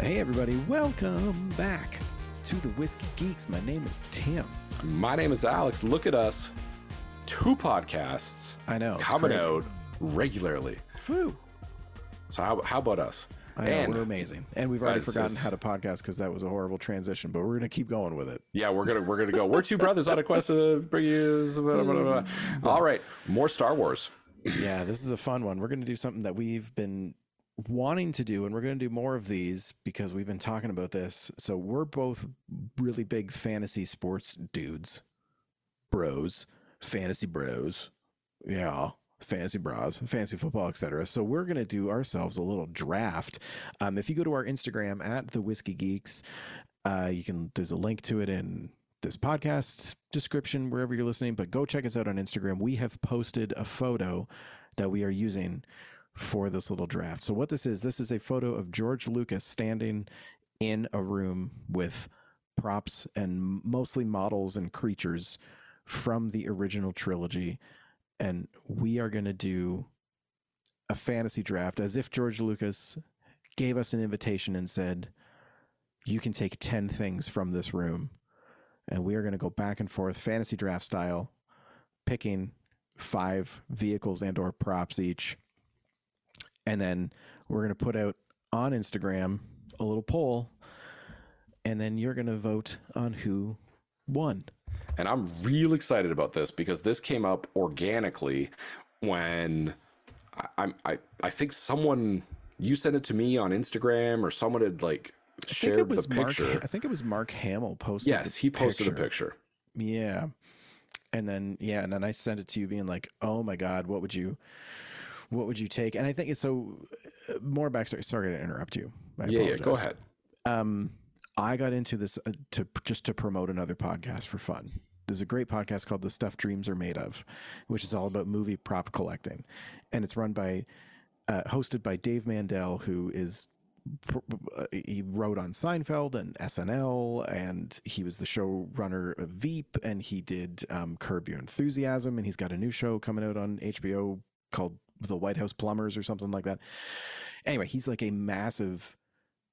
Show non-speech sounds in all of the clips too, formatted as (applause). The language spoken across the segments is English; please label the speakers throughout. Speaker 1: Hey, everybody, welcome back to the Whiskey Geeks. My name is Tim.
Speaker 2: My name is Alex. Look at us. Two podcasts
Speaker 1: I know. it's
Speaker 2: coming
Speaker 1: crazy.
Speaker 2: out regularly.
Speaker 1: Woo.
Speaker 2: So, how, how about us?
Speaker 1: I know,
Speaker 2: and
Speaker 1: we're amazing. And we've already
Speaker 2: Guys,
Speaker 1: forgotten
Speaker 2: it's-
Speaker 1: how to podcast because that was a horrible transition, but we're going to keep going with it.
Speaker 2: yeah, we're gonna we're gonna go. We're two brothers on a quest to bring you. Blah, blah, blah,
Speaker 1: (laughs)
Speaker 2: blah. All right, more Star Wars.
Speaker 1: yeah, this is a fun one. We're going to do something that we've been wanting to do, and we're going to do more of these because we've been talking about this. So we're both really big fantasy sports dudes, bros, fantasy bros, yeah, fantasy bras, fantasy football, etc. So we're going to do ourselves a little draft. Um, if you go to our Instagram at the Whiskey Geeks, uh, you can. There's a link to it in this podcast description wherever you're listening. But go check us out on Instagram. We have posted a photo that we are using for this little draft. So what this is, this is a photo of George Lucas standing in a room with props and mostly models and creatures from the original trilogy and we are going to do a fantasy draft as if George Lucas gave us an invitation and said, You can take 10 things from this room. And we are going to go back and forth, fantasy draft style, picking five vehicles and or props each. And then we're going to put out on Instagram a little poll. And then you're going to vote on who won.
Speaker 2: And I'm real excited about this because this came up organically when I, I'm I, I think someone you sent it to me on Instagram or someone had like
Speaker 1: I think it
Speaker 2: shared the
Speaker 1: was Mark,
Speaker 2: picture.
Speaker 1: I think it was Mark Hamill posted.
Speaker 2: yes,
Speaker 1: the
Speaker 2: he posted a picture.
Speaker 1: Yeah. And then yeah, and then I sent it to you being like, "Oh my god, what would you what would you take?" And I think it's so uh, more backstory. Sorry to interrupt you. I
Speaker 2: yeah, yeah, go
Speaker 1: apologize.
Speaker 2: ahead.
Speaker 1: Um I got into this uh, to just to promote another podcast for fun. There's a great podcast called The Stuff Dreams Are Made Of, which is all about movie prop collecting. And it's run by uh, hosted by Dave Mandel who is pr- uh, he wrote on Seinfeld and SNL, and he was the showrunner of Veep, and he did um, Curb Your Enthusiasm, and he's got a new show coming out on HBO called The White House Plumbers or something like that. Anyway, he's like a massive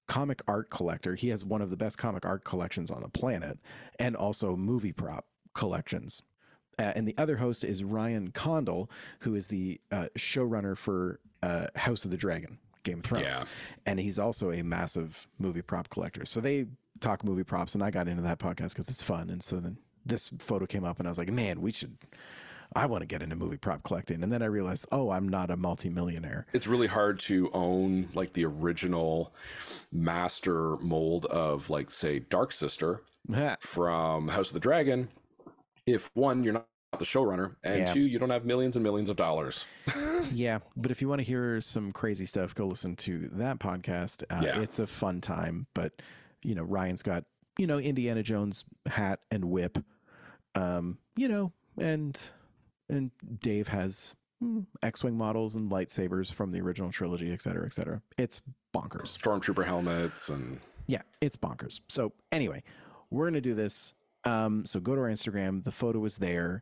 Speaker 1: comic art collector. He has one of the best comic art collections on the planet, and also movie prop collections. Uh, and the other host is Ryan Condal, who is the uh, showrunner for uh, House of the Dragon, Game of Thrones
Speaker 2: Yeah.
Speaker 1: and he's also a massive movie prop collector. So they talk movie props, and I got into that podcast because it's fun. And so then this photo came up, and I was like, man, we should. I want to get into movie prop collecting, and then I realized, oh, I'm not a multimillionaire. (laughs)
Speaker 2: it's really hard to own like the original master mold of like say dark sister
Speaker 1: Ha.
Speaker 2: from house of the dragon if one you're not the showrunner and
Speaker 1: Yeah.
Speaker 2: two you don't have millions and millions of dollars
Speaker 1: yeah, but if you want to hear some crazy stuff, go listen to that podcast. Uh,
Speaker 2: Yeah.
Speaker 1: It's a fun time, but you know, Ryan's got you know Indiana Jones hat and whip, um, you know, and and Dave has mm, X-wing models and lightsabers from the original trilogy, et cetera, et cetera. It's bonkers.
Speaker 2: stormtrooper helmets and
Speaker 1: Yeah, it's bonkers. So anyway, we're gonna do this. Um, so go to our Instagram. The photo is there.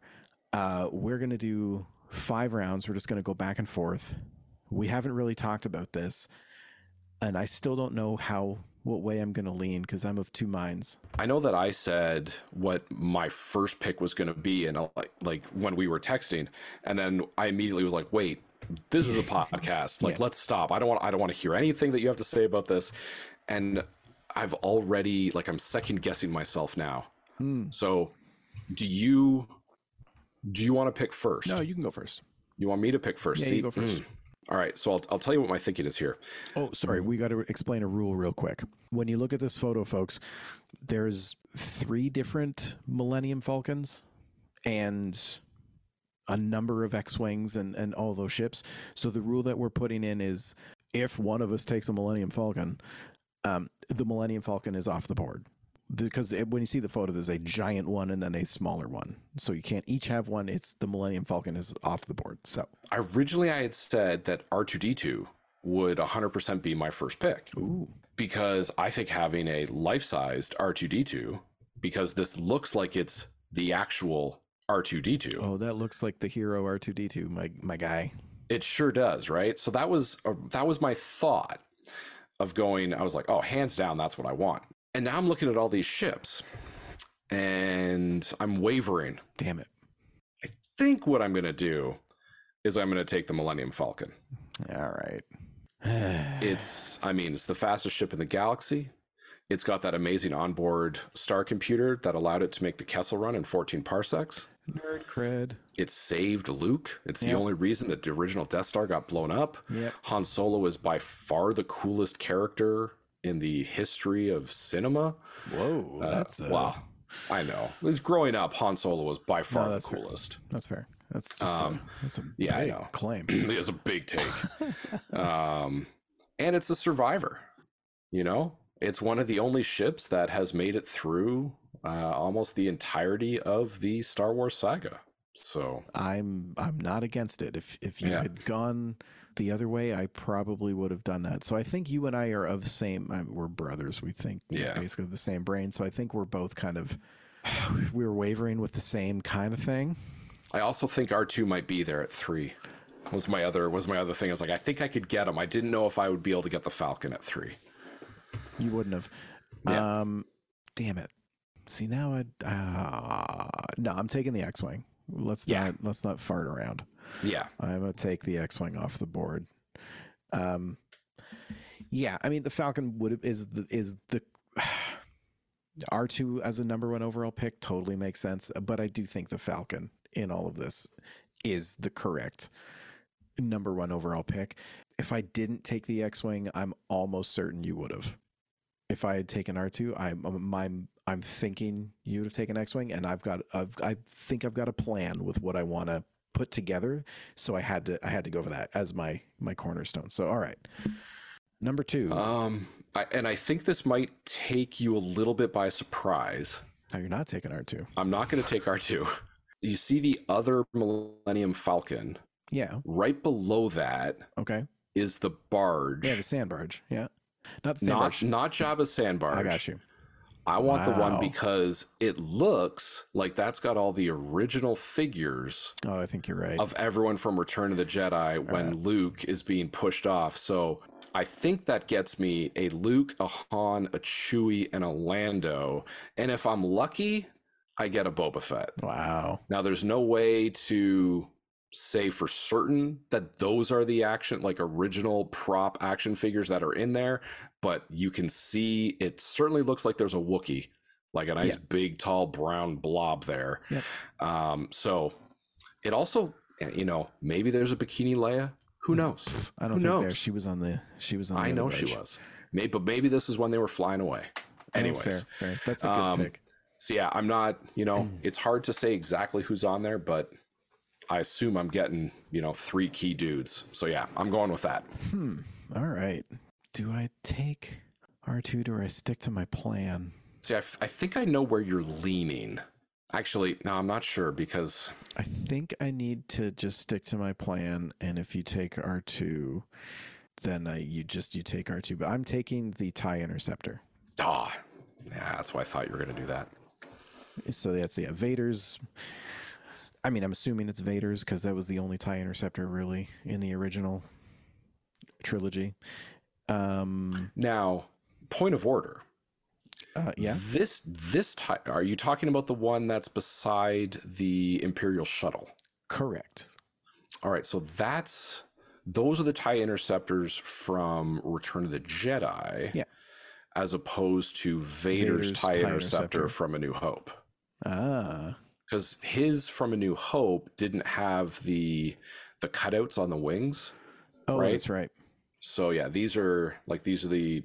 Speaker 1: Uh, we're gonna do five rounds. We're just gonna go back and forth. We haven't really talked about this, and I still don't know how what way I'm gonna lean because I'm of two minds.
Speaker 2: I know that I said what my first pick was going to be, and uh, like like when we were texting, and then I immediately was like, "Wait,
Speaker 1: (laughs)
Speaker 2: this is a podcast. Like,
Speaker 1: Yeah.
Speaker 2: let's stop. I don't want. I don't want to hear anything that you have to say about this." And I've already like I'm second guessing myself now. So, do you do you want to pick first?
Speaker 1: No, you can go first.
Speaker 2: You want me to pick first?
Speaker 1: Yeah,
Speaker 2: See-
Speaker 1: you go first.
Speaker 2: Mm. All right. So I'll I'll tell you what my thinking is here.
Speaker 1: Oh, sorry. We got to explain a rule real quick. When you look at this photo, folks, there's three different Millennium Falcons and a number of X Wings and, and all those ships. So the rule that we're putting in is if one of us takes a Millennium Falcon, um, the Millennium Falcon is off the board. Because it, when you see the photo, there's a giant one and then a smaller one. So you can't each have one. It's the Millennium Falcon is off the board. So,
Speaker 2: Originally, I had said that R two D two would 100% be my first pick.
Speaker 1: ooh,
Speaker 2: because I think having a life sized R2D2, because this looks like it's the actual R2D2.
Speaker 1: oh, that looks like the hero R2D2, my my guy.
Speaker 2: It sure does, right? So that was a, that was my thought. of going, I was like, oh, hands down, that's what I want. And now I'm looking at all these ships and I'm wavering.
Speaker 1: Damn it.
Speaker 2: I think what I'm going to do is I'm going to take the Millennium Falcon.
Speaker 1: All right.
Speaker 2: It's, I mean, it's the fastest ship in the galaxy. It's got that amazing onboard star computer that allowed it to make the Kessel run in 14 parsecs.
Speaker 1: (sighs) nerd cred.
Speaker 2: It saved Luke. It's the
Speaker 1: Yep.
Speaker 2: only reason that the original Death Star got blown up.
Speaker 1: Yep.
Speaker 2: Han Solo is by far the coolest character in the history of cinema.
Speaker 1: Whoa,
Speaker 2: Uh,
Speaker 1: that's uh,
Speaker 2: wow. I know. As growing up, Han Solo was by far the
Speaker 1: that's fair.
Speaker 2: coolest.
Speaker 1: That's fair. That's just
Speaker 2: Um,
Speaker 1: a, that's a
Speaker 2: yeah, I
Speaker 1: big
Speaker 2: know.
Speaker 1: claim.
Speaker 2: it (clears throat) is a big take. um, and it's a survivor. You know, it's one of the only ships that has made it through uh, almost the entirety of the Star Wars saga. So
Speaker 1: I'm I'm not against it. If if you
Speaker 2: Yeah.
Speaker 1: had gone the other way, I probably would have done that. So I think you and I are of same. I we're brothers. We think we're
Speaker 2: Yeah.
Speaker 1: basically the same brain. So I think we're both kind of (sighs) we were wavering with the same kind of thing.
Speaker 2: I also think R two might be there at three. Was my other was my other thing? I was like, I think I could get him. I didn't know if I would be able to get the Falcon at three.
Speaker 1: You wouldn't have.
Speaker 2: Yeah.
Speaker 1: Um, damn it. See now I uh, no. I'm taking the X-wing. Let's
Speaker 2: Yeah.
Speaker 1: not let's not fart around.
Speaker 2: Yeah,
Speaker 1: I'm gonna take the X-wing off the board. Um, yeah, I mean the Falcon would is the is the (sighs) R two as a number one overall pick totally makes sense, but I do think the Falcon in all of this is the correct number one overall pick. If I didn't take the X-wing, I'm almost certain you would have. If I had taken R two, I'm I'm I'm- I'm thinking you would have taken X-wing, and I've got I've, I think I've got a plan with what I want to put together so I had to I had to go for that as my my cornerstone. So all right, number two.
Speaker 2: um, I, and I think this might take you a little bit by surprise.
Speaker 1: now you're not taking R two.
Speaker 2: I'm not going to take R two. You see the other Millennium Falcon
Speaker 1: Yeah.
Speaker 2: right below that
Speaker 1: Okay.
Speaker 2: is the barge.
Speaker 1: Yeah, the sand barge. Yeah, not the sand
Speaker 2: not
Speaker 1: barge.
Speaker 2: not Jabba's sand barge.
Speaker 1: I got you.
Speaker 2: I want the
Speaker 1: Wow.
Speaker 2: one because it looks like that's got all the original figures
Speaker 1: Oh, I think you're right.
Speaker 2: of everyone from Return of the Jedi when
Speaker 1: Alright.
Speaker 2: Luke is being pushed off. So I think that gets me a Luke, a Han, a Chewie, and a Lando. And if I'm lucky, I get a Boba Fett.
Speaker 1: wow.
Speaker 2: Now, there's no way to say for certain that those are the action, like original prop action figures that are in there, but you can see it certainly looks like there's a Wookiee, like a nice
Speaker 1: Yeah.
Speaker 2: big, tall, brown blob there.
Speaker 1: Yep.
Speaker 2: Um, so it also, eh, you know, maybe there's a Bikini Leia.
Speaker 1: Hmm.
Speaker 2: Who knows?
Speaker 1: I don't
Speaker 2: Who
Speaker 1: think there.
Speaker 2: knows?
Speaker 1: She was on the. She was on. The
Speaker 2: I
Speaker 1: other
Speaker 2: know she
Speaker 1: barge.
Speaker 2: was. Maybe, but maybe this is when they were flying away.
Speaker 1: Oh,
Speaker 2: Anyways,
Speaker 1: fair, fair. That's a good
Speaker 2: Um,
Speaker 1: pick.
Speaker 2: so yeah, I'm not, you know, it's hard to say exactly who's on there, but I assume I'm getting, you know, three key dudes. So yeah, I'm going with that.
Speaker 1: Hmm. All right. Do I take R two? Do I stick to my plan?
Speaker 2: See, I, f- I think I know where you're leaning. Actually, no, I'm not sure because
Speaker 1: I think I need to just stick to my plan. And if you take R two, then I, you just you take R two. But I'm taking the tie interceptor.
Speaker 2: ah, yeah, that's why I thought you were gonna do that.
Speaker 1: So that's yeah, Vader's. I mean, I'm assuming it's Vader's because that was the only tie interceptor really in the original trilogy. Um.
Speaker 2: Now, point of order.
Speaker 1: Uh, yeah.
Speaker 2: This this ty- are you talking about the one that's beside the Imperial shuttle?
Speaker 1: Correct.
Speaker 2: All right, so that's those are the tie interceptors from Return of the Jedi.
Speaker 1: Yeah.
Speaker 2: As opposed to Vader's,
Speaker 1: Vader's
Speaker 2: tie,
Speaker 1: TIE interceptor.
Speaker 2: interceptor from A New Hope.
Speaker 1: Ah.
Speaker 2: Because his from A New Hope didn't have the the cutouts on the wings.
Speaker 1: Oh,
Speaker 2: Right.
Speaker 1: that's right.
Speaker 2: So yeah, these are like these are the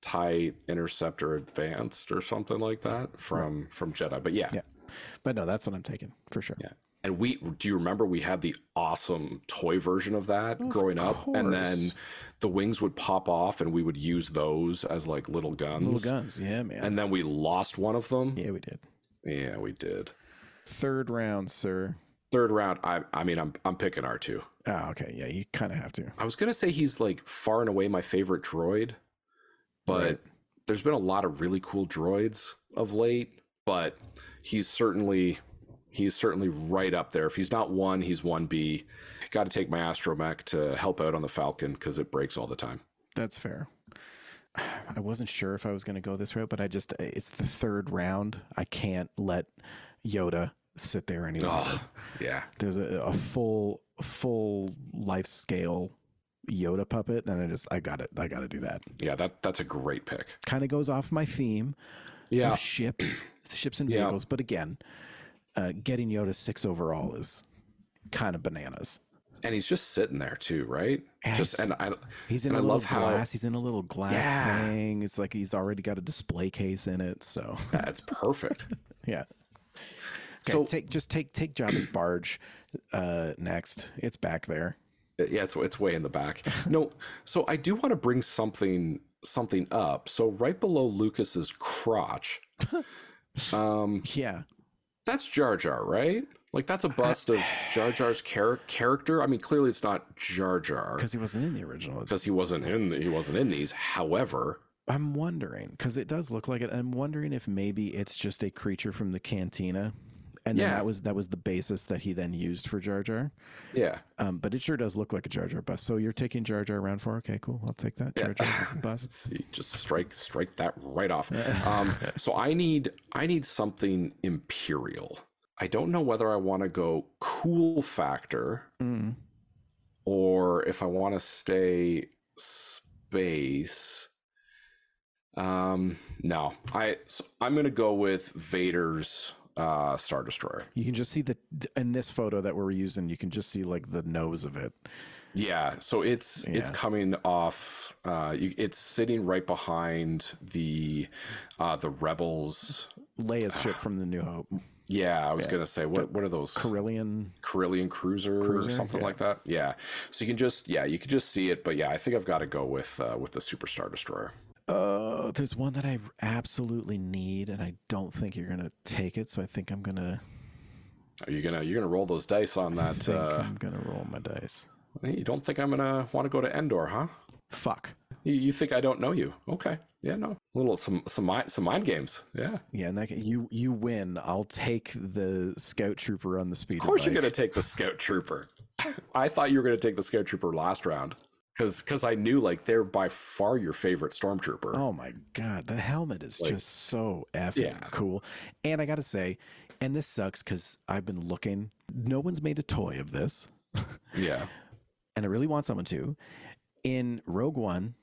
Speaker 2: tie interceptor advanced or something like that from from Jedi. But yeah.
Speaker 1: Yeah. But no, that's what I'm taking for sure.
Speaker 2: Yeah. And we do you remember we had the awesome toy version of that growing up and then
Speaker 1: course.
Speaker 2: the wings would pop off and we would use those as like little guns.
Speaker 1: Little guns. Yeah, man.
Speaker 2: And then we lost one of them.
Speaker 1: yeah, we did.
Speaker 2: Yeah, we did.
Speaker 1: Third round, sir.
Speaker 2: Third round, I I mean I'm I'm picking R2.
Speaker 1: Oh, okay. Yeah, you kind of have to.
Speaker 2: I was going to say he's like far and away my favorite droid, but
Speaker 1: Right.
Speaker 2: there's been a lot of really cool droids of late, but he's certainly he's certainly right up there. If he's not 1, he's 1B. Got to take my astromech to help out on the Falcon cuz it breaks all the time.
Speaker 1: That's fair. I wasn't sure if I was going to go this route, but I just it's the third round. I can't let Yoda sit there any longer.
Speaker 2: Ugh, yeah.
Speaker 1: There's a, a full full life scale Yoda puppet, and I just I got it. I got to do that.
Speaker 2: Yeah, that that's a great pick.
Speaker 1: Kind of goes off my theme
Speaker 2: Yeah.
Speaker 1: of
Speaker 2: (clears throat)
Speaker 1: ships, ships and
Speaker 2: Yeah.
Speaker 1: vehicles. But again, uh, getting Yoda six overall is kind of bananas.
Speaker 2: And he's just sitting there too, right? Just
Speaker 1: Yes.
Speaker 2: and I
Speaker 1: He's in
Speaker 2: And
Speaker 1: a
Speaker 2: I
Speaker 1: little
Speaker 2: love how-
Speaker 1: glass. He's in a little glass
Speaker 2: Yeah.
Speaker 1: thing. It's like he's already got a display case in it. So (laughs)
Speaker 2: that's perfect.
Speaker 1: yeah. Okay,
Speaker 2: So-
Speaker 1: take just take take Jabba's barge uh, next. It's back there.
Speaker 2: Uh, yeah, it's it's way in the back. No, so I do want to bring something something up. So right below Lucas's crotch, um,
Speaker 1: Yeah,
Speaker 2: that's Jar Jar, right? Like that's a bust of Jar Jar's char- character. I mean, clearly it's not Jar Jar
Speaker 1: because he wasn't in the original. It's-
Speaker 2: because he wasn't in he wasn't in these. However,
Speaker 1: I'm wondering because it does look like it. I'm wondering if maybe it's just a creature from the cantina, and then
Speaker 2: Yeah.
Speaker 1: that was that was the basis that he then used for Jar Jar.
Speaker 2: yeah,
Speaker 1: Um, but it sure does look like a Jar Jar bus. So you're taking Jar Jar around for? Okay, cool. I'll take that Jar Jar (laughs) bus.
Speaker 2: Let's see, just strike strike that right off. Um, so I need I need something imperial. I don't know whether I want to go cool factor
Speaker 1: Mm.
Speaker 2: or if I want to stay space. Um, no, I so I'm gonna go with Vader's uh, Star Destroyer.
Speaker 1: You can just see the in this photo that we're using. You can just see like the nose of it.
Speaker 2: Yeah, so it's it's
Speaker 1: Yeah.
Speaker 2: coming off. Uh, you, it's sitting right behind the uh, the Rebels.
Speaker 1: Leia's ship from the New Hope,
Speaker 2: Yeah, I was
Speaker 1: Yeah.
Speaker 2: gonna say what what are those
Speaker 1: Carillion.
Speaker 2: Carillion cruiser,
Speaker 1: Cruiser,
Speaker 2: or something
Speaker 1: yeah.
Speaker 2: like that? Yeah, so you can just yeah you can just see it, but yeah, I think I've got to go with uh, with the Super Star Destroyer.
Speaker 1: Oh, there's one that I absolutely need, and I don't think you're gonna take it. So I think I'm gonna
Speaker 2: Are you gonna you're gonna roll those dice on
Speaker 1: I
Speaker 2: that?
Speaker 1: think
Speaker 2: Uh,
Speaker 1: I'm gonna roll my dice.
Speaker 2: hey, you don't think I'm gonna want to go to Endor, huh?
Speaker 1: Fuck.
Speaker 2: You, you think I don't know you? Okay, yeah, no, little some some mind, some mind games. Yeah, of
Speaker 1: Yeah, and that, you you win. I'll take the scout trooper on the speeder. Of
Speaker 2: course you're gonna take the Scout Trooper. I thought you were gonna take the Scout Trooper last round because because I knew like they're by far your favorite Stormtrooper.
Speaker 1: Oh my god, the helmet is
Speaker 2: Like-
Speaker 1: just so effing
Speaker 2: Yeah.
Speaker 1: cool. And I gotta say, and this sucks because I've been looking. No one's made a toy of this,
Speaker 2: Yeah,
Speaker 1: and I really want someone to. In Rogue One,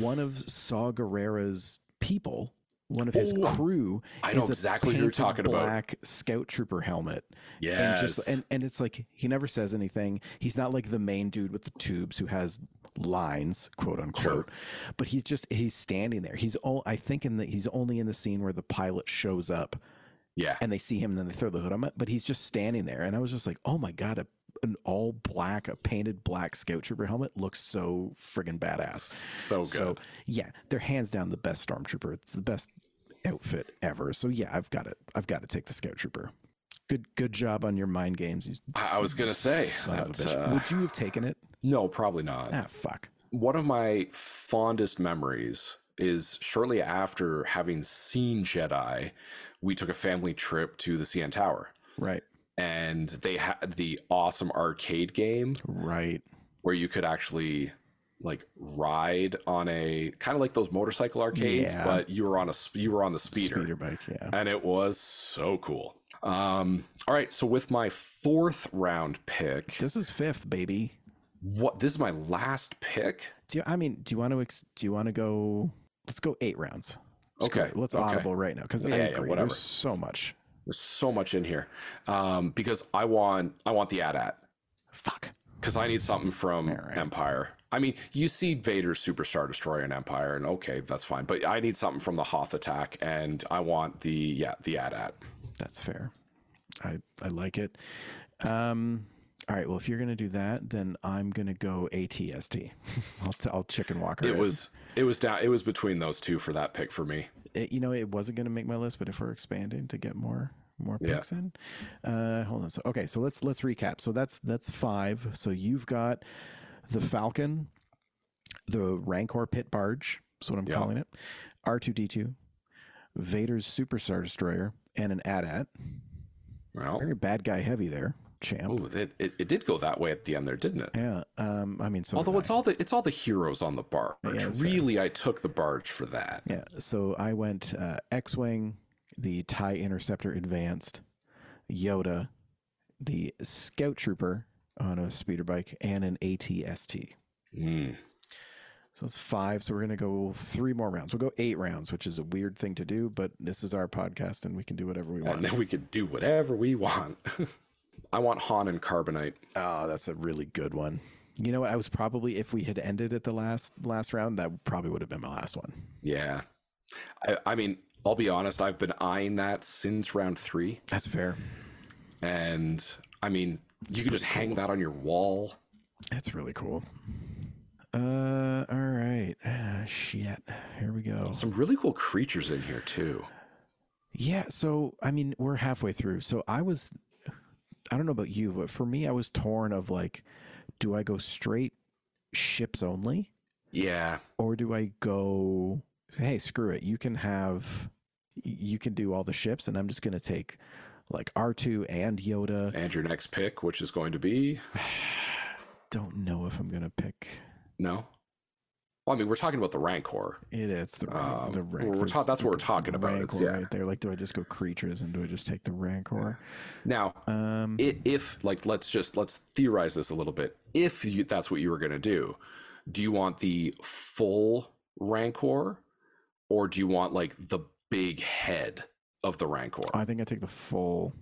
Speaker 1: one of Saw Gerrera's people, one of his
Speaker 2: Oh,
Speaker 1: crew,
Speaker 2: I know
Speaker 1: is a
Speaker 2: exactly who you're
Speaker 1: painted
Speaker 2: talking about.
Speaker 1: black scout trooper helmet.
Speaker 2: Yes.
Speaker 1: and just and, and it's like he never says anything he's not like the main dude with the tubes who has lines quote unquote but he's just he's standing there he's all i think in the he's only in the scene where the pilot shows up
Speaker 2: yeah.
Speaker 1: and they see him and then they throw the hood on him but he's just standing there and i was just like oh my god a, an all black a painted black scout trooper helmet looks so friggin badass
Speaker 2: So Oh, good.
Speaker 1: so yeah they're hands down the best stormtrooper it's the best outfit ever so yeah i've got it i've got to take the scout trooper good good job on your mind games you
Speaker 2: I- I was gonna say,
Speaker 1: son of a
Speaker 2: that's,
Speaker 1: bitch.
Speaker 2: uh,
Speaker 1: would you have taken it
Speaker 2: no, probably not.
Speaker 1: ah fuck
Speaker 2: One of my fondest memories is shortly after having seen Jedi, we took a family trip to the CN Tower
Speaker 1: right
Speaker 2: and they had the awesome arcade game
Speaker 1: right
Speaker 2: where you could actually like ride on a kind of like those motorcycle arcades,
Speaker 1: Yeah.
Speaker 2: but you were on a sp- you were on the speeder.
Speaker 1: bike yeah
Speaker 2: and it was so cool. Um, all right, so with my fourth round pick,
Speaker 1: this is fifth baby
Speaker 2: what this is my last pick.
Speaker 1: do you, i mean do you want to ex- do you want to go let's go eight rounds Screw
Speaker 2: Okay,
Speaker 1: it. let's
Speaker 2: okay.
Speaker 1: audible right now because i
Speaker 2: Yeah, yeah,
Speaker 1: agree
Speaker 2: whatever.
Speaker 1: there's so much
Speaker 2: There's so much in here um, because I want I want the AT-AT
Speaker 1: fuck
Speaker 2: because I need something from
Speaker 1: All right.
Speaker 2: Empire. I mean, you see Vader's Superstar Destroyer in Empire, and okay, that's fine. But I need something from the Hoth attack, and I want the yeah the AT-AT.
Speaker 1: That's fair. I I like it. Um, all right. Well, if you're gonna do that, then I'm gonna go ATST. I'll t- (laughs) I'll chicken walker.
Speaker 2: It was it was down it was between those two for that pick for me.
Speaker 1: It- you know it wasn't gonna make my list, but if we're expanding to get more more
Speaker 2: Yeah.
Speaker 1: picks in, uh, hold on. So okay, so let's let's recap. So that's that's five. So you've got the Falcon, the Rancor pit barge. That's what I'm
Speaker 2: Yeah.
Speaker 1: calling it. R2D2, Vader's Superstar Destroyer, and an AT-AT.
Speaker 2: Well,
Speaker 1: Very bad guy heavy there. champ.
Speaker 2: Oh, it, it, it did go that way at the end there, didn't it?
Speaker 1: Yeah. Um, I mean, some of
Speaker 2: Although
Speaker 1: that-
Speaker 2: it's all the it's all the heroes on the barge.
Speaker 1: that's fair.
Speaker 2: really, I took the barge for that.
Speaker 1: Yeah. So I went uh, X Wing, the TIE Interceptor Advanced, Yoda, the Scout Trooper on a speeder bike, and an ATST.
Speaker 2: Mm.
Speaker 1: So it's five. So we're going to go three more rounds. We'll go eight rounds, which is a weird thing to do, but this is our podcast and we can do whatever we
Speaker 2: And
Speaker 1: want.
Speaker 2: then we could do whatever we want. (laughs) I want Han and Carbonite.
Speaker 1: Oh, that's a really good one. You know what? I was probably if we had ended at the last last round, that probably would have been my last one.
Speaker 2: Yeah. I, I mean, I'll be honest, I've been eyeing that since round three.
Speaker 1: That's fair.
Speaker 2: And I mean, you could just hang that on your wall.
Speaker 1: That's really cool. Uh, all right. Ah, shit. Here we go.
Speaker 2: Some really cool creatures in here too.
Speaker 1: Yeah, so I mean, we're halfway through. So I was I don't know about you, but for me I was torn of like do I go straight ships only
Speaker 2: Yeah.
Speaker 1: or do I go hey, screw it. You can have you can do all the ships and I'm just going to take like R2 and Yoda. (sighs)
Speaker 2: And your next pick, which is going to be
Speaker 1: Don't know if I'm going to pick
Speaker 2: no. Well, I mean, we're talking about the Rancor.
Speaker 1: it. It's the rank,
Speaker 2: Um,
Speaker 1: the
Speaker 2: we're-
Speaker 1: rank.
Speaker 2: we're
Speaker 1: there's
Speaker 2: ta- that's what we're
Speaker 1: the
Speaker 2: talking about. It's-
Speaker 1: Rancor
Speaker 2: yeah.
Speaker 1: right there. Like, do I just go creatures and do I just take the Rancor?
Speaker 2: Now,
Speaker 1: Um,
Speaker 2: i- if like let's just let's theorize this a little bit. If you, that's what you were going to do, do you want the full Rancor, or do you want like the big head of the Rancor?
Speaker 1: I think I take the full,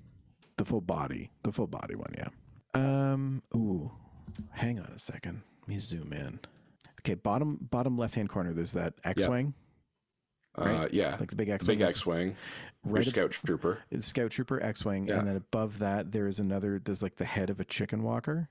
Speaker 1: the full body, the full body one. Yeah. Um. Ooh. Hang on a second. Let me zoom in. Okay. Bottom bottom left hand corner. There's that X-wing,
Speaker 2: Uh, yeah,
Speaker 1: like the big
Speaker 2: the
Speaker 1: X-wing.
Speaker 2: big
Speaker 1: is
Speaker 2: X-wing,
Speaker 1: Right.
Speaker 2: your
Speaker 1: ab-
Speaker 2: Scout Trooper.
Speaker 1: it's Scout Trooper X-wing,
Speaker 2: Yeah.
Speaker 1: and then above that there is another. There's like the head of a chicken walker,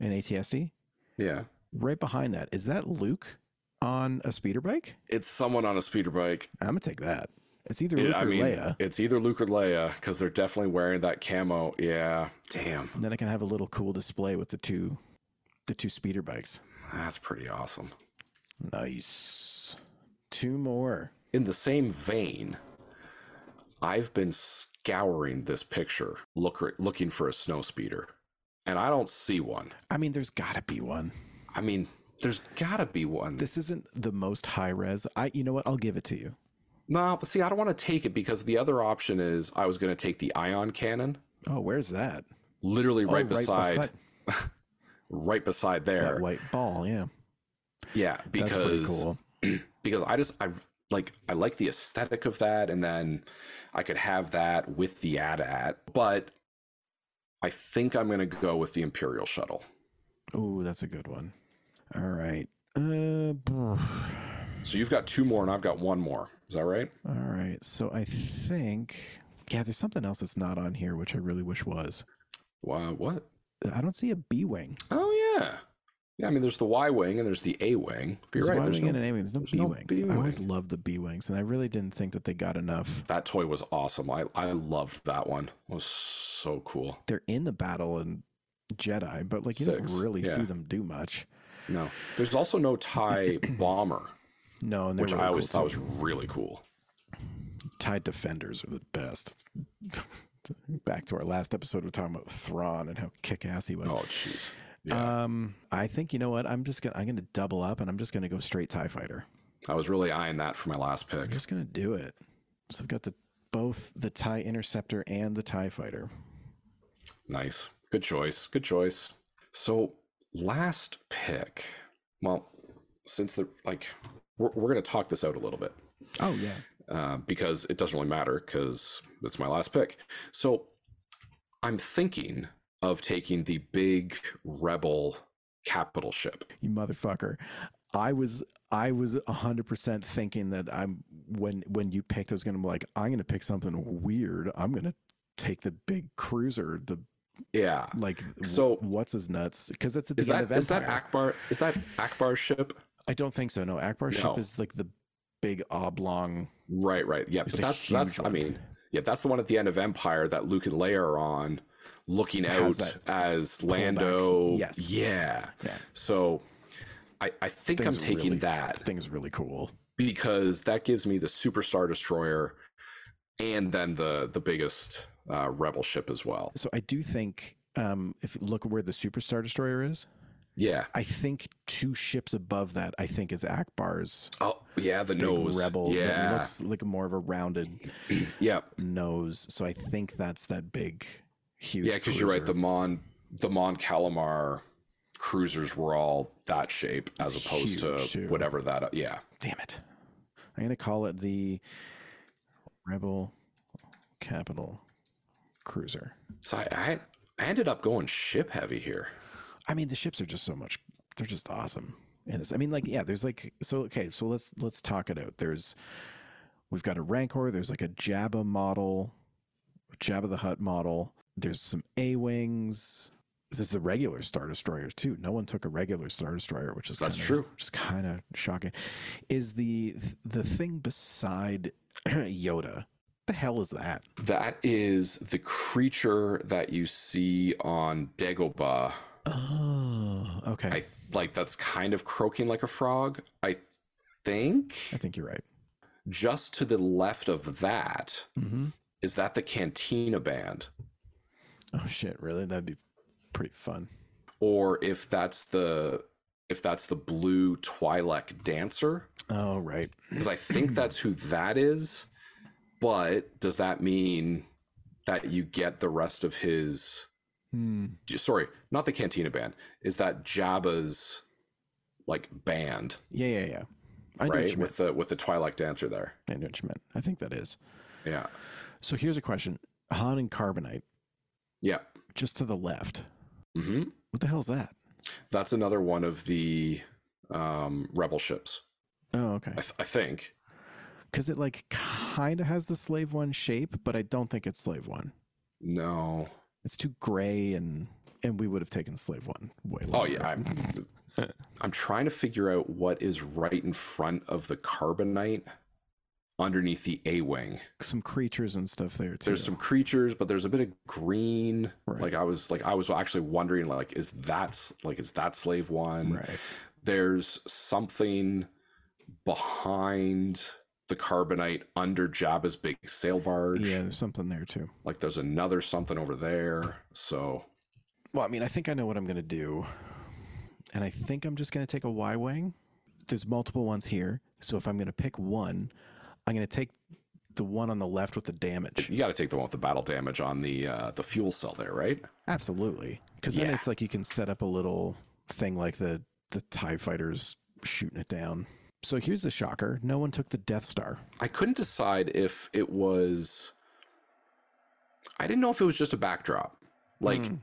Speaker 1: an ATSD.
Speaker 2: Yeah,
Speaker 1: Right behind that is that Luke on a speeder bike.
Speaker 2: it's someone on a speeder bike.
Speaker 1: I'm gonna take that. It's either
Speaker 2: It-
Speaker 1: Luke
Speaker 2: I
Speaker 1: or
Speaker 2: mean,
Speaker 1: Leia.
Speaker 2: it's either Luke or Leia because they're definitely wearing that camo. Yeah, damn,
Speaker 1: And then I can have a little cool display with the two, the two speeder bikes.
Speaker 2: that's pretty awesome.
Speaker 1: Nice. Two more.
Speaker 2: In the same vein, I've been scouring this picture look, looking for a snow speeder, and I don't see one.
Speaker 1: I mean, there's got to be one.
Speaker 2: I mean, there's gotta be one.
Speaker 1: This isn't the most high res. I, you know what? I'll give it to you.
Speaker 2: no, but see, I don't want to take it because the other option is I was going to take the ion cannon,
Speaker 1: Oh, where's that?
Speaker 2: literally
Speaker 1: Oh,
Speaker 2: right, beside,
Speaker 1: beside
Speaker 2: right beside there.
Speaker 1: that white ball. Yeah,
Speaker 2: Yeah, because
Speaker 1: that's pretty cool.
Speaker 2: because I just I like I like the aesthetic of that, and then I could have that with the AT-AT, but I think I'm gonna go with the Imperial shuttle.
Speaker 1: Ooh, that's a good one. All right. Uh, brr.
Speaker 2: So you've got two more, and I've got one more. Is that right?
Speaker 1: all right. So I think, yeah, there's something else that's not on here, which I really wish was.
Speaker 2: Wha- what?
Speaker 1: I don't see a B wing.
Speaker 2: Oh yeah, yeah. I mean, there's the Y wing and there's the A wing. You're
Speaker 1: There's
Speaker 2: right.
Speaker 1: Y
Speaker 2: There's
Speaker 1: wing
Speaker 2: no-
Speaker 1: and an A wing. There's no
Speaker 2: there's
Speaker 1: B
Speaker 2: no
Speaker 1: wing. I always
Speaker 2: B-wing.
Speaker 1: loved the B wings, and I really didn't think that they got enough.
Speaker 2: that toy was awesome. I I loved that one. It was so cool.
Speaker 1: They're in the battle in Jedi, but like you do
Speaker 2: Six,
Speaker 1: don't really
Speaker 2: yeah.
Speaker 1: see them do much.
Speaker 2: No, there's also no tie
Speaker 1: (coughs)
Speaker 2: bomber,
Speaker 1: No, and they're
Speaker 2: which
Speaker 1: really
Speaker 2: I always
Speaker 1: cool
Speaker 2: thought
Speaker 1: too.
Speaker 2: was really cool.
Speaker 1: Tide Defenders are the best. (laughs) Back to our last episode, we we're talking about Thrawn and how kick ass he was.
Speaker 2: Oh jeez. Yeah.
Speaker 1: Um, I think you know what? I'm just gonna I'm gonna double up and I'm just gonna go straight Tie Fighter.
Speaker 2: I was really eyeing that for my last
Speaker 1: I'm
Speaker 2: pick.
Speaker 1: just gonna do it. So I've got the both the Tie Interceptor and the Tie Fighter.
Speaker 2: Nice. Good choice. Good choice. So, last pick. Well, since the like, we're, we're going to talk this out a little bit
Speaker 1: Oh yeah,
Speaker 2: uh, because it doesn't really matter because it's my last pick. So, I'm thinking of taking the big rebel capital ship.
Speaker 1: you motherfucker. I was I was hundred percent thinking that I'm when when you picked, I was gonna be like, I'm gonna pick something weird. I'm gonna take the big cruiser, the
Speaker 2: Yeah.
Speaker 1: like w-
Speaker 2: So-
Speaker 1: what's his nuts because that's at the
Speaker 2: Is
Speaker 1: end
Speaker 2: that
Speaker 1: of
Speaker 2: is that
Speaker 1: Empire.
Speaker 2: Akbar? Is that Akbar's ship?
Speaker 1: i don't think so no akbar's
Speaker 2: No.
Speaker 1: ship is like the big oblong
Speaker 2: Right, right. Yeah,
Speaker 1: It's
Speaker 2: but
Speaker 1: a
Speaker 2: that's that's
Speaker 1: huge
Speaker 2: I
Speaker 1: one.
Speaker 2: mean, yeah, that's the one at the end of Empire that Luke and Leia are on, looking
Speaker 1: Has
Speaker 2: out
Speaker 1: that
Speaker 2: as Lando.
Speaker 1: Yes.
Speaker 2: Yeah.
Speaker 1: Yeah.
Speaker 2: So I, I think I'm
Speaker 1: Thing's
Speaker 2: taking
Speaker 1: really-
Speaker 2: that
Speaker 1: this thing is really cool
Speaker 2: because that gives me the Super Star Destroyer and then the the biggest uh, rebel ship as well.
Speaker 1: so i do think um, if you look where the Superstar Destroyer is,
Speaker 2: Yeah.
Speaker 1: I think two ships above that, I think is Akbar's
Speaker 2: Oh, yeah. The
Speaker 1: big
Speaker 2: nose.
Speaker 1: rebel that
Speaker 2: Yeah.
Speaker 1: looks like more of a rounded
Speaker 2: yeah.
Speaker 1: nose. So I think that's that big, huge.
Speaker 2: Yeah, because you're right. The
Speaker 1: cruiser.
Speaker 2: Mon the Mon Calamar cruisers were all that shape as
Speaker 1: It's
Speaker 2: opposed to
Speaker 1: huge, too.
Speaker 2: whatever that. Yeah,
Speaker 1: Damn it! I'm gonna call it the Rebel Capital Cruiser.
Speaker 2: so I, I I ended up going ship heavy here.
Speaker 1: I mean, the ships are just so much. They're just awesome. In this, I mean, like, yeah, there's like, so okay, so let's let's talk it out. There's, we've got a Rancor. There's like a Jabba model, Jabba the Hutt model. There's some A wings. There's the regular Star Destroyers too. No one took a regular Star Destroyer, which is
Speaker 2: That's
Speaker 1: kinda,
Speaker 2: true.
Speaker 1: Just kind of shocking. Is the the thing beside (clears throat) Yoda? The hell is that?
Speaker 2: That is the creature that you see on Dagobah.
Speaker 1: Oh, okay.
Speaker 2: I like that's kind of croaking like a frog. I think
Speaker 1: I think you're right.
Speaker 2: just to the left of that
Speaker 1: Mm-hmm.
Speaker 2: is that the Cantina band.
Speaker 1: Oh shit! Really? That'd be pretty fun.
Speaker 2: or if that's the if that's the blue Twi'lek dancer,
Speaker 1: Oh right.
Speaker 2: because I think that's who that is. But does that mean that you get the rest of his?
Speaker 1: Hmm.
Speaker 2: j- Sorry, not the Cantina band. Is that Jabba's like band,
Speaker 1: Yeah, yeah, yeah. I know what
Speaker 2: right?
Speaker 1: you meant.
Speaker 2: With the with the Twi'lek dancer there.
Speaker 1: I know what you meant. I think that is.
Speaker 2: Yeah,
Speaker 1: So here's a question: Han and Carbonite,
Speaker 2: yeah.
Speaker 1: just to the left.
Speaker 2: hmm
Speaker 1: What the hell's that?
Speaker 2: That's another one of the um, rebel ships.
Speaker 1: Oh, okay.
Speaker 2: I, th- I think.
Speaker 1: Because it like kind of has the Slave One shape, but I don't think it's Slave One.
Speaker 2: No.
Speaker 1: It's too gray, and and we would have taken Slave One way.
Speaker 2: Oh
Speaker 1: Longer. (laughs)
Speaker 2: yeah, I'm, I'm trying to figure out what is right in front of the carbonite underneath the A wing.
Speaker 1: some creatures and stuff there too.
Speaker 2: There's some creatures, but there's a bit of green.
Speaker 1: Right.
Speaker 2: Like I was like I was actually wondering like is that s- like is that slave one?
Speaker 1: right.
Speaker 2: There's something behind the carbonite under Jabba's big sail barge.
Speaker 1: Yeah, there's something there too.
Speaker 2: Like there's another something over there. So
Speaker 1: Well, I mean, I think I know what I'm going to do. And I think I'm just going to take a Y Wing. There's multiple ones here. So if I'm going to pick one, I'm going to take the one on the left with the damage.
Speaker 2: you got to take the one with the battle damage on the uh, the fuel cell there, right?
Speaker 1: Absolutely. Because then
Speaker 2: Yeah.
Speaker 1: it's like you can set up a little thing like the, the TIE fighters shooting it down. So here's the shocker no one took the Death Star.
Speaker 2: I couldn't decide if it was. I didn't know if it was just a backdrop, like
Speaker 1: Hmm.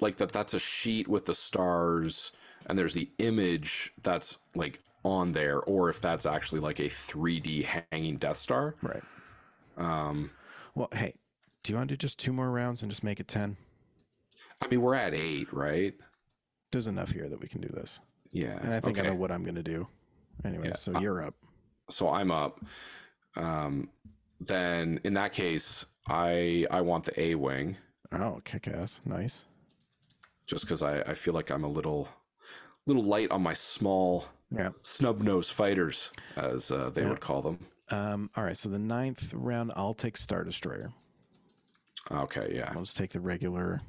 Speaker 2: like that. That's a sheet with the stars, and there's the image that's like on there, or if that's actually like a 3D hanging Death Star.
Speaker 1: Right.
Speaker 2: Um,
Speaker 1: Well, hey, do you want to do just two more rounds and just make it 10?
Speaker 2: I mean, we're at eight, right?
Speaker 1: There's enough here that we can do this.
Speaker 2: Yeah,
Speaker 1: And I think
Speaker 2: okay.
Speaker 1: I know what I'm going to do. Anyway,
Speaker 2: Yeah, Uh,
Speaker 1: so you're up.
Speaker 2: so I'm up. Um, then in that case, I I want the A wing.
Speaker 1: Oh, kick ass. Nice.
Speaker 2: just because I, I feel like I'm a little little light on my small
Speaker 1: Yeah.
Speaker 2: snub nose fighters, as uh, they
Speaker 1: Yeah.
Speaker 2: would call them.
Speaker 1: Um, all right, so the ninth round, I'll take Star Destroyer.
Speaker 2: Okay, yeah,
Speaker 1: I'll just take the regular,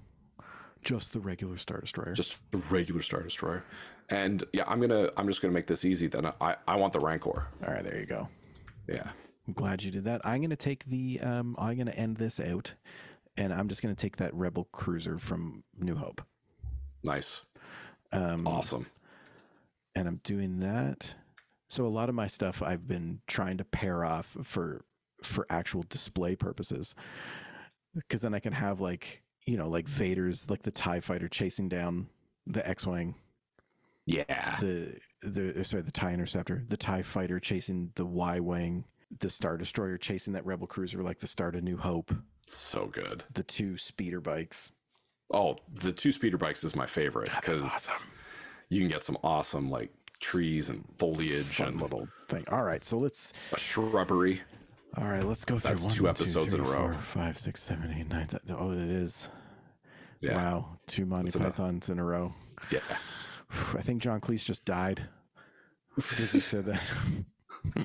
Speaker 1: just the regular Star Destroyer.
Speaker 2: just the regular star destroyer, and yeah, I'm gonna I'm just gonna make this easy. Then I I want the rancor.
Speaker 1: all right, there you go.
Speaker 2: Yeah,
Speaker 1: I'm glad you did that. I'm going to take the, um, I'm going to end this out, and I'm just going to take that Rebel Cruiser from New Hope.
Speaker 2: nice,
Speaker 1: Um,
Speaker 2: awesome.
Speaker 1: And I'm doing that. So a lot of my stuff I've been trying to pair off for for actual display purposes, because then I can have like you know like Vader's like the Tie Fighter chasing down the X-wing
Speaker 2: Yeah,
Speaker 1: the the uh, sorry the tie interceptor the tie fighter chasing the y wing the star destroyer chasing that rebel cruiser like the start of new hope
Speaker 2: so good.
Speaker 1: the two speeder bikes
Speaker 2: Oh, the two speeder bikes is my favorite
Speaker 1: God, that's
Speaker 2: because
Speaker 1: awesome.
Speaker 2: you can get some awesome like trees and foliage
Speaker 1: fun
Speaker 2: and
Speaker 1: little thing all right so let's
Speaker 2: a shrubbery.
Speaker 1: all right let's go through
Speaker 2: That's
Speaker 1: one,
Speaker 2: two episodes in a row.
Speaker 1: four, five, six, seven, eight, nine, ten- oh it is
Speaker 2: Yeah,
Speaker 1: wow two monty
Speaker 2: That's enough.
Speaker 1: pythons in a row
Speaker 2: yeah.
Speaker 1: i think john cleese just died because he said that (laughs)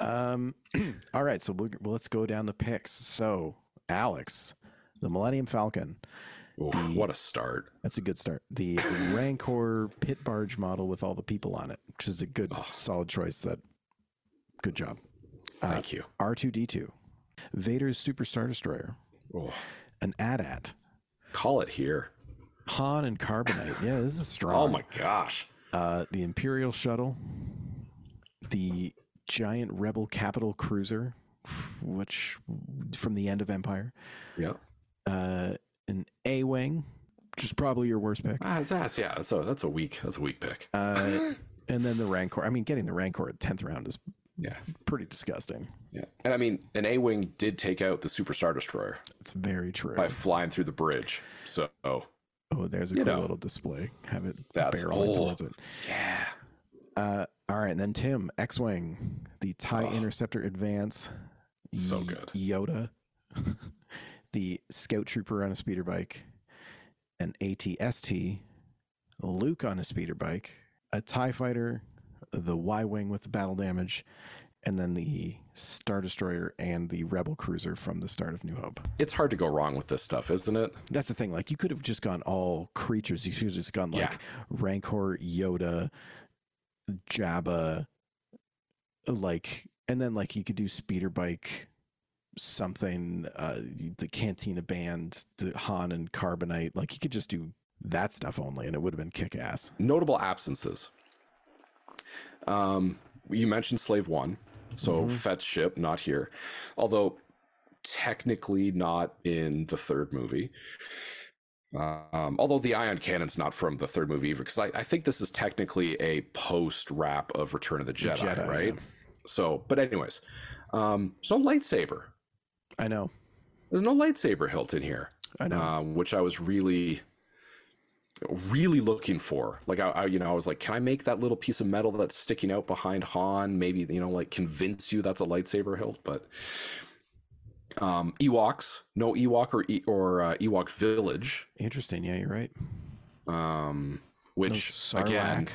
Speaker 1: um (clears throat) all right so we'll, well, let's go down the picks so alex the millennium falcon
Speaker 2: Oof, what a start.
Speaker 1: That's a good start. The Rancor pit barge model with all the people on it, which is a good,
Speaker 2: Oh.
Speaker 1: solid choice. That good job. Uh,
Speaker 2: Thank you.
Speaker 1: R two D two, Vader's super star destroyer,
Speaker 2: Oh,
Speaker 1: an AT-AT,
Speaker 2: call it here.
Speaker 1: Han and carbonite. Yeah, this is strong.
Speaker 2: (laughs) Oh my gosh.
Speaker 1: Uh, the Imperial shuttle, the giant Rebel capital cruiser, which from the end of Empire,
Speaker 2: Yeah.
Speaker 1: uh, an A wing, which is probably your worst pick.
Speaker 2: Ah, that's yeah. That's a that's a weak that's a weak pick.
Speaker 1: Uh, and then the Rancor. I mean, getting the Rancor at tenth round is
Speaker 2: Yeah.
Speaker 1: pretty disgusting.
Speaker 2: Yeah. And I mean, an A wing did take out the Super Star Destroyer
Speaker 1: It's very true.
Speaker 2: by flying through the bridge. So
Speaker 1: Oh, there's a
Speaker 2: You
Speaker 1: cool
Speaker 2: know.
Speaker 1: little display. Have it
Speaker 2: That's
Speaker 1: barreling
Speaker 2: old.
Speaker 1: towards it.
Speaker 2: yeah.
Speaker 1: Uh, all right, and then Tim X-wing, the Tie
Speaker 2: Ugh.
Speaker 1: Interceptor Advance.
Speaker 2: So
Speaker 1: Y-
Speaker 2: good.
Speaker 1: Yoda, (laughs) the Scout Trooper on a speeder bike, an ATST, Luke on a speeder bike, a Tie Fighter, the Y-wing with the battle damage, and then the Star Destroyer and the Rebel Cruiser from the start of New Hope.
Speaker 2: It's hard to go wrong with this stuff, isn't it?
Speaker 1: That's the thing. Like you could have just gone all creatures. You should have just gone
Speaker 2: Yeah.
Speaker 1: like Rancor, Yoda, Jabba, like, and then like you could do speeder bike, something, uh, the Cantina Band, the Han and Carbonite. Like you could just do that stuff only, and it would have been kick ass.
Speaker 2: Notable absences. Um, you mentioned Slave One, so
Speaker 1: Mhm.
Speaker 2: Fett's ship not here, although technically not in the third movie. Um, although the ion cannon's not from the third movie either, because I, I think this is technically a post wrap of Return of the Jedi,
Speaker 1: Jedi,
Speaker 2: right?
Speaker 1: yeah.
Speaker 2: So, but anyways, um, there's no lightsaber.
Speaker 1: I know.
Speaker 2: There's no lightsaber hilt in here
Speaker 1: I know.
Speaker 2: uh, which I was really, really looking for. Like I, I, you know, I was like, can I make that little piece of metal that's sticking out behind Han? Maybe you know, like convince you that's a lightsaber hilt. But um, Ewoks, no Ewok or e- or uh, Ewok village,
Speaker 1: Interesting. Yeah, you're right.
Speaker 2: um,
Speaker 1: No
Speaker 2: which again,
Speaker 1: Sarlacc.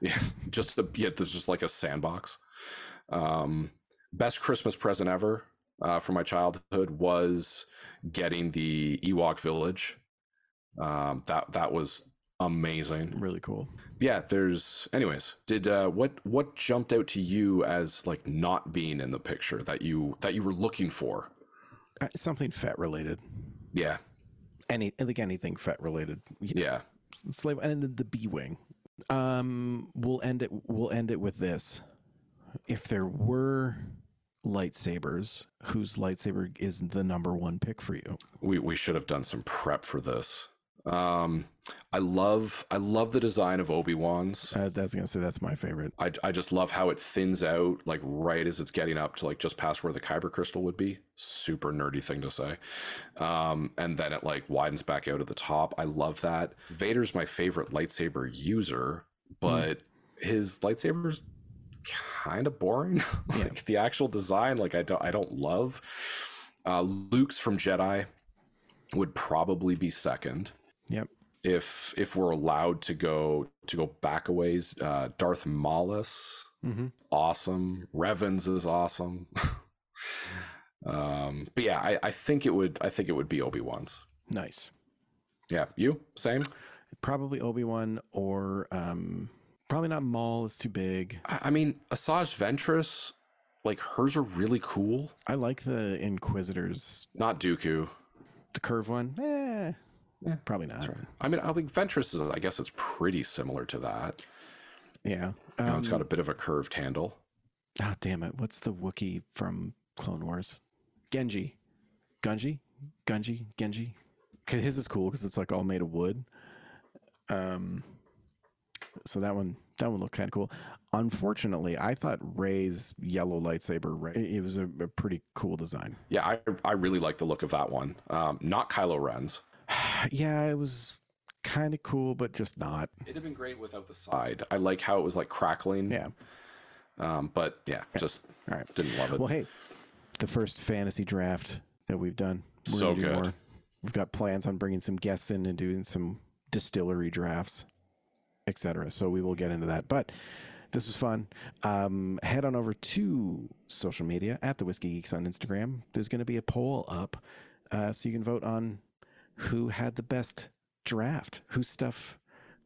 Speaker 2: yeah, just a, yeah, there's just like a sandbox. Um, best Christmas present ever. Uh, from my childhood was getting the Ewok village. Um, that that was amazing.
Speaker 1: really cool.
Speaker 2: Yeah, there's. Anyways, did uh, what what jumped out to you as like not being in the picture that you that you were looking for?
Speaker 1: Uh, something fat related.
Speaker 2: Yeah,
Speaker 1: Any like anything fat related. You
Speaker 2: yeah,
Speaker 1: slave and then the B wing. Um, we'll end it. We'll end it with this. If there were lightsabers, whose lightsaber is the number one pick for you?
Speaker 2: we we should have done some prep for this. Um, I love I love the design of Obi Wan's.
Speaker 1: Uh, that's gonna say that's my favorite.
Speaker 2: I, I just love how it thins out like right as it's getting up to like just past where the kyber crystal would be super nerdy thing to say um, and then it like widens back out at the top i love that vader's my favorite lightsaber user but his lightsaber's kind of boring (laughs)
Speaker 1: Yeah.
Speaker 2: like the actual design like i don't i don't love uh, luke's from jedi would probably be second
Speaker 1: Yep.
Speaker 2: if if we're allowed to go to go back a ways, uh, Darth Maulus,
Speaker 1: Mm-hmm.
Speaker 2: awesome. Revan's is awesome. (laughs) um, but yeah, I, I think it would I think it would be Obi Wan's.
Speaker 1: Nice.
Speaker 2: Yeah, you same.
Speaker 1: Probably Obi Wan or um, probably not Maul. It's too big.
Speaker 2: I, I mean, Asajj Ventress, like hers are really cool.
Speaker 1: I like the Inquisitors,
Speaker 2: Not Dooku.
Speaker 1: the curve one. Eh,
Speaker 2: Yeah,
Speaker 1: probably not.
Speaker 2: That's right. I mean, I think Ventress is. I guess it's pretty similar to that.
Speaker 1: Yeah.
Speaker 2: You know, it's got
Speaker 1: Um,
Speaker 2: a bit of a curved handle.
Speaker 1: Oh damn it! What's the Wookiee from Clone Wars? Genji, Gunji, Gunji, Genji. 'Kay, his is cool because it's like all made of wood. Um, so that one that one looked kind of cool. Unfortunately, I thought Ray's yellow lightsaber. Ray, it was a, a pretty cool design. (sighs)
Speaker 2: Yeah, I I really like the look of that one. Um, not Kylo Ren's.
Speaker 1: yeah, it was kind of cool, but just not.
Speaker 2: It'd have been great without the side. I like how it was like crackling.
Speaker 1: Yeah.
Speaker 2: Um, but yeah, just
Speaker 1: All right.
Speaker 2: didn't love it.
Speaker 1: Well, hey, the first fantasy draft that we've done. We're gonna
Speaker 2: So
Speaker 1: do
Speaker 2: good.
Speaker 1: We've got plans on bringing some guests in and doing some distillery drafts, etc. So we will get into that. But this was fun. Um, head on over to social media at the Whiskey Geeks on Instagram. There's going to be a poll up, uh, so you can vote on who had the best draft? Whose stuff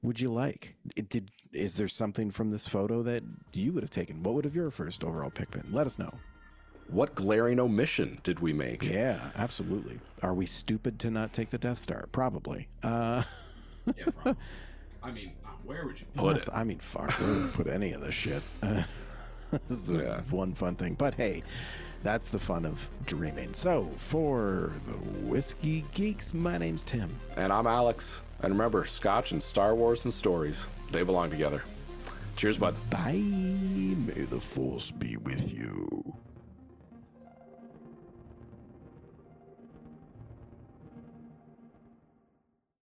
Speaker 1: would you like? It did is there something from this photo that you would have taken? What would have your first overall pick been? Let us know.
Speaker 2: What glaring omission did we make?
Speaker 1: Yeah, absolutely. Are we stupid to not take the Death Star? Probably. Uh,
Speaker 2: Yeah, probably. I mean, where would you
Speaker 1: (laughs)
Speaker 2: put
Speaker 1: Unless-
Speaker 2: it?
Speaker 1: I mean, fuck, we wouldn't put any of this shit. (laughs) Uh, this is the
Speaker 2: Yeah.
Speaker 1: one fun thing. But hey, that's the fun of dreaming. So, for the Whiskey Geeks, my name's Tim.
Speaker 2: And I'm Alex. And remember, Scotch and Star Wars and stories, they belong together. Cheers, bud.
Speaker 1: Bye. May the force be with you.